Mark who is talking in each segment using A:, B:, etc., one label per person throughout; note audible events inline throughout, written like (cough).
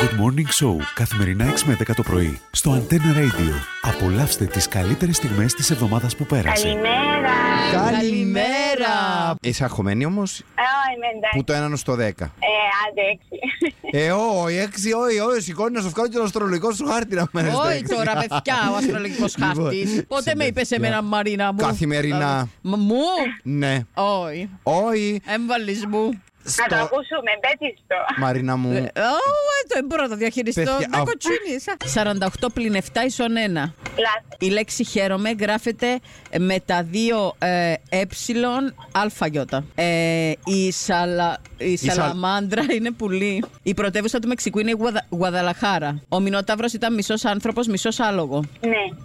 A: Good Morning Show καθημερινά 6 με 10 το πρωί στο Antenna Radio. Απολαύστε τις καλύτερες στιγμές της εβδομάδας που πέρασε.
B: Καλημέρα.
C: Καλημέρα! Είσαι αγχωμένη όμω,
B: Α, είμαι εντάξει.
C: που το έναν στο 10.
B: Ε, άντε έξι.
C: Ε, όχι, έξι, όχι, όχι, σηκώνει να σου βγάλω και τον αστρολογικό σου χάρτη να μένεις στο
D: Όχι
C: έξι.
D: τώρα, παιδιά, ο αστρολογικός χάρτη.
C: Λοιπόν,
D: Πότε με
C: συμπε-
D: είπε
C: ναι.
D: εμένα, Μαρίνα μου.
C: Καθημερινά.
D: Μ- Μου.
C: Ναι,
D: Όχι.
C: όχι,
D: Έμβαλες μου.
B: Να το
C: στο...
B: ακούσουμε, πέτυχτο.
C: Μαρίνα
D: Ε,
C: μου,
D: ω, ε, το- Δεν μπορώ να το διαχειριστώ.
C: Παιδιά,
D: Δεν
C: α-
D: κοτσίνησα. 48 πλην 7 ίσον 1.
B: Λάθος.
D: Η λέξη χαίρομαι γράφεται με τα δύο ε, ε, αλφαγιώτα. Ε, η, σαλα, η
C: σα-
D: σαλαμάντρα είναι πουλή. Η πρωτεύουσα του Μεξικού είναι η Γουαδα, Γουαδαλαχάρα. Ο Μινόταυρος ήταν μισός άνθρωπος, μισός άλογο.
B: Ναι.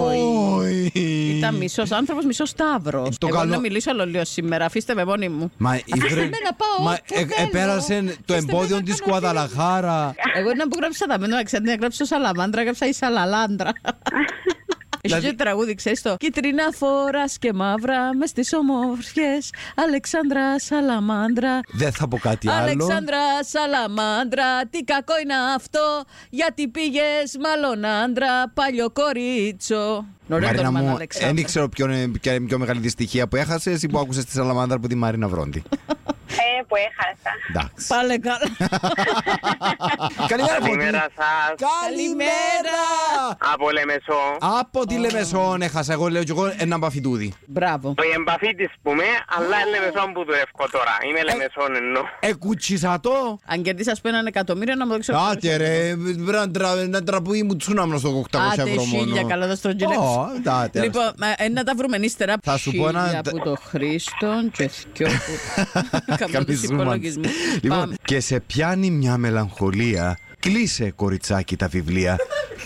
C: όχι.
D: Ήταν μισός άνθρωπος, μισός τάβρο.
C: Το
D: Εγώ
C: καλό-
D: να μιλήσω αλλολίω σήμερα. Αφήστε με μόνη μου.
C: Μα η
D: Αφήστε
C: βρε-
D: με να πάω,
C: Μα
D: δεν θέλω.
C: επέρασε το
D: Αφήστε με
C: εμπόδιο
D: να
C: της
D: κάνω τι-
C: Κουαδαλαχάρα.
D: Εγώ είναι που γράψα τα μένα, ξέρετε, να γράψω σαλαμάντρα, γράψα η
C: (laughs)
D: σαλαλάντρα. Έχει
C: Δηλαδή-
D: και τραγούδι, ξέρεις το. Κίτρινα φορά και μαύρα μες στις ομορφιές. Αλεξάνδρα Σαλαμάντρα.
C: Δεν θα πω κάτι άλλο.
D: Αλεξάνδρα Σαλαμάντρα, τι κακό είναι αυτό. Γιατί πήγες, μάλλον άντρα, παλιό κορίτσο. Νωρίτερα
C: Μαρίνα
D: όνομα είναι
C: μου,
D: Αλεξάνδρα.
C: δεν ξέρω ποιον είναι ποια είναι η πιο μεγάλη δυστυχία που έχασες ή που άκουσες τη Σαλαμάνδρα από τη Μαρίνα Βρόντι.
B: Ε, που έχασα.
C: Εντάξει.
D: Πάλε
C: (laughs)
D: καλά.
C: Καλημέρα, Φώτη.
E: Καλημέρα σας
C: Καλημέρα!
E: Από Λεμεσό.
C: Από τη Λεμεσόν έχασα. Εγώ λέω κι εγώ ένα μπαφιτούδι.
D: Μπράβο.
E: Η εμπαφή της πούμε, αλλά είναι Λεμεσόν που δουλεύω τώρα. Είμαι Λεμεσόν εννοώ.
C: Ε, Εκουτσίσα το.
D: Αν κερδίσεις, ας πούμε, ένα εκατομμύριο να μου δείξει
C: Άτε ρε, πρέπει να τρα- να τραπούει μου τσούναμνα στο 800
D: Άντε,
C: ευρώ μόνο.
D: χίλια, καλά, δώσ' τον τζιλέψη.
C: Ω, εντάξει.
D: Λοιπόν, μα, ε, να τα βρούμε ύστερα.
C: Θα σου πω ένα-
D: Χίλια που το Χρήστον και θκιό (laughs)
C: (laughs)
D: που... Καμπλούς
C: Καμπιζούμαν.
D: υπολογισμούς.
C: Λοιπόν,
D: Πάμε.
C: και σε πιάνει μια μελαγχολία. Κλείσε, κοριτσάκι, τα βιβλία.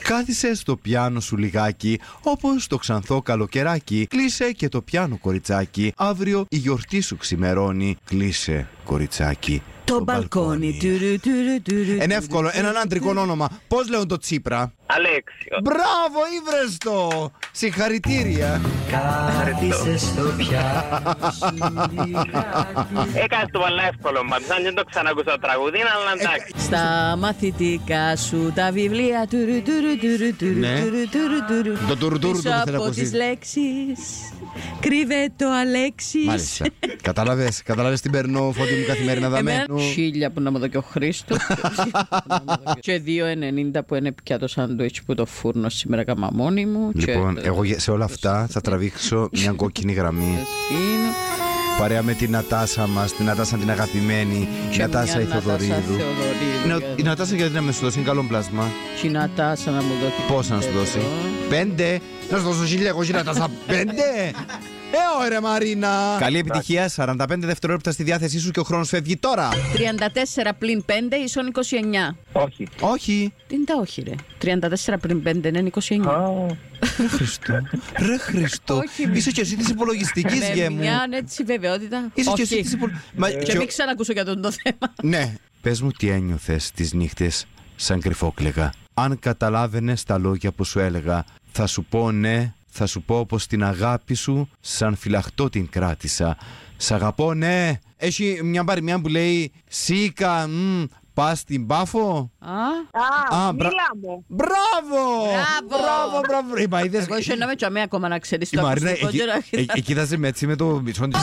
C: Κάθισε στο πιάνο σου λιγάκι, όπως το ξανθό καλοκαιράκι. Κλείσε και το πιάνο, κοριτσάκι. Αύριο η γιορτή σου ξημερώνει. Κλείσε, κοριτσάκι.
D: Το μπαλκόνι. τουρου, τουρου, τουρου,
C: Ένα
D: τουρου.
C: εύκολο, έναν αντρικό όνομα. Πώς λένε το Τσίπρα.
E: Αλέξιο.
C: Μπράβο, ήβρες το! Συγχαρητήρια!
F: Κάθισε στο πιάσι.
E: Έκανα το παλά Ε, εύκολο μπαμ. Σαν δεν το ξανακούσα το τραγούδι, αλλά εντάξει.
D: Στα μαθητικά σου τα βιβλία. τουρου, τουρου, τουρου, τουρου,
C: Ναι.
D: τουρου, τουρου, τουρου.
C: Το τουρου, τουρου, το
D: Πίσω
C: θέλω να
D: από
C: ακουστεί.
D: τις λέξεις κρύβεται το Αλέξης.
C: Μάλιστα. Κατάλαβες, κατάλαβες τι περνώ, φώτη μου καθημερινά
D: Εμένα
C: δαμένου.
D: χίλια που να μου δω και ο Χρήστος.
C: (laughs)
D: και 2,90 που είναι πια το σάντουιτς που το φούρνο σήμερα κάμα μόνη μου. και-
C: Λοιπόν, εγώ για- σε όλα αυτά
D: Ναι.
C: θα τραβήξω μια κόκκινη γραμμή.
D: Είναι-
C: Παρέα με την Νατάσα μας, την Νατάσα την αγαπημένη, η
D: και
C: Νατάσα
D: μια
C: η Θοδωρίδου.
D: Θεοδωρίδου.
C: Η Νατάσα γιατί να με σου δώσει καλό πλάσμα.
D: Και η Νατάσα να μου δώσει.
C: Πόσα να σου δώσει. Πέντε. Να σου δώσω χίλια, εγώ γύρω
D: (laughs)
C: τα πέντε. Ε, ωραία Μαρίνα. Καλή επιτυχία. 45 δευτερόλεπτα στη διάθεσή σου και ο χρόνος φεύγει τώρα.
D: 34 πλην 5 ίσον 29.
F: Όχι.
C: Όχι.
D: Τι είναι τα όχι ρε. 34 πλην ναι, 5 είναι 29.
C: Ρε Χριστό. Ρε Χριστό.
D: Όχι, μη-
C: Είσαι και εσύ της υπολογιστικής
D: Με
C: γέμου.
D: μια ναι, έτσι βεβαιότητα.
C: Είσαι και εσύ
D: Όχι. Ε,
C: τη υπολογιστική.
D: Και μην ξανακούσω για τον το θέμα.
C: Ναι. Πες μου τι ένιωθες τις νύχτες σαν κρυφόκλεγα. Αν καταλάβαινες τα λόγια που σου έλεγα, θα σου πω ναι, θα σου πω πως την αγάπη σου σαν φυλαχτό την κράτησα. Σ' αγαπώ, ναι. Έχει μια παροιμία που λέει Σίκα, μ, πας στην πάφο.
D: Α,
C: Α,
B: Α,
C: μπρα-
B: μίλα μου.
C: Μπράβο!
D: Μπράβο!
C: Μπράβο, μπράβο. Είπα, είδες,
D: εγώ είσαι ένα με τσαμί ακόμα να ξέρεις.
C: η
D: το
C: Μαρίνα
D: ακουστικό και να-
C: εκείδαζε με έτσι με το μισόν της.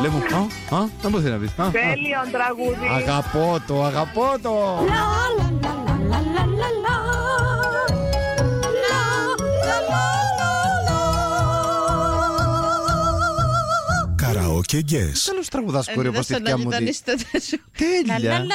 C: Λέει μου, α, α, να μου θέλει να πεις. α, α».
B: Τέλειο τραγούδι.
C: Αγαπώ το, αγαπώ το.
A: Καραόκε Guess.
C: Τέλος τραγουδάς
D: Ε,
C: κόρη
D: δεν
C: όπως τη
D: σαν
C: θεία
D: να
C: μου.
D: ήταν
C: τη-
D: η στέτα σου. Λα, λα,
C: Τέλεια.
D: λα,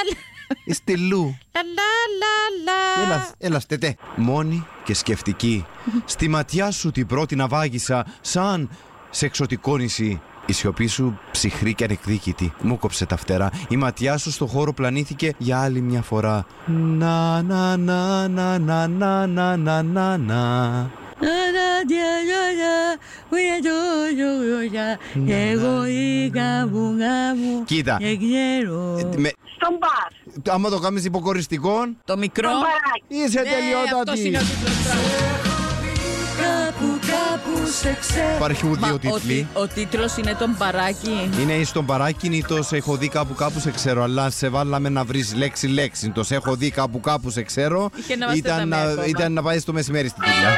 C: Είστε λου.
D: λα, λα, λα, λα.
C: Έλα, έλα, στετέ. Μόνη και
D: (laughs)
C: σκεφτική. Στη ματιά σου την πρώτη να βάγισα, σαν σε εξωτικό νησί. Η σιωπή σου ψυχρή και ανεκδίκητη. Μου κόψε τα φτερά. Η ματιά σου στο χώρο πλανήθηκε για άλλη μια φορά. Να, να, να, να, να, να, να, να, να, να.
D: Άρα, δια, δια, δια, ουια, διο, διο, διο, δια. Εγώ η γαμου, γαμου,
C: Κοίτα.
D: δεν ξέρω.
C: Ε, με-
B: Στον μπαρ.
C: Άμα το κάνεις υποκοριστικό,
D: Το μικρό.
B: Στον μπαράκι.
C: είσαι
D: Ναι, αυτός είναι ο
C: τελειότατη.
D: τίτλος, μπράβο. Κάπου, κάπου,
F: σε ξέρω.
C: Υπάρχουν
D: Μα
C: δύο
D: ο,
C: τίτλοι.
D: τι- ο τίτλος είναι τον μπαράκι.
C: Είναι εις τον παράκινητο, σε έχω δει κάπου κάπου σε ξέρω, αλλά σε βάλαμε να βρεις λέξη λέξη. Το σε έχω δει κάπου κάπου σε ξέρω.
D: Είχε να μας
C: ήταν,
D: τεταμένο ακόμα.
C: ήταν να πάεις στο μεσημέρι στη δουλειά.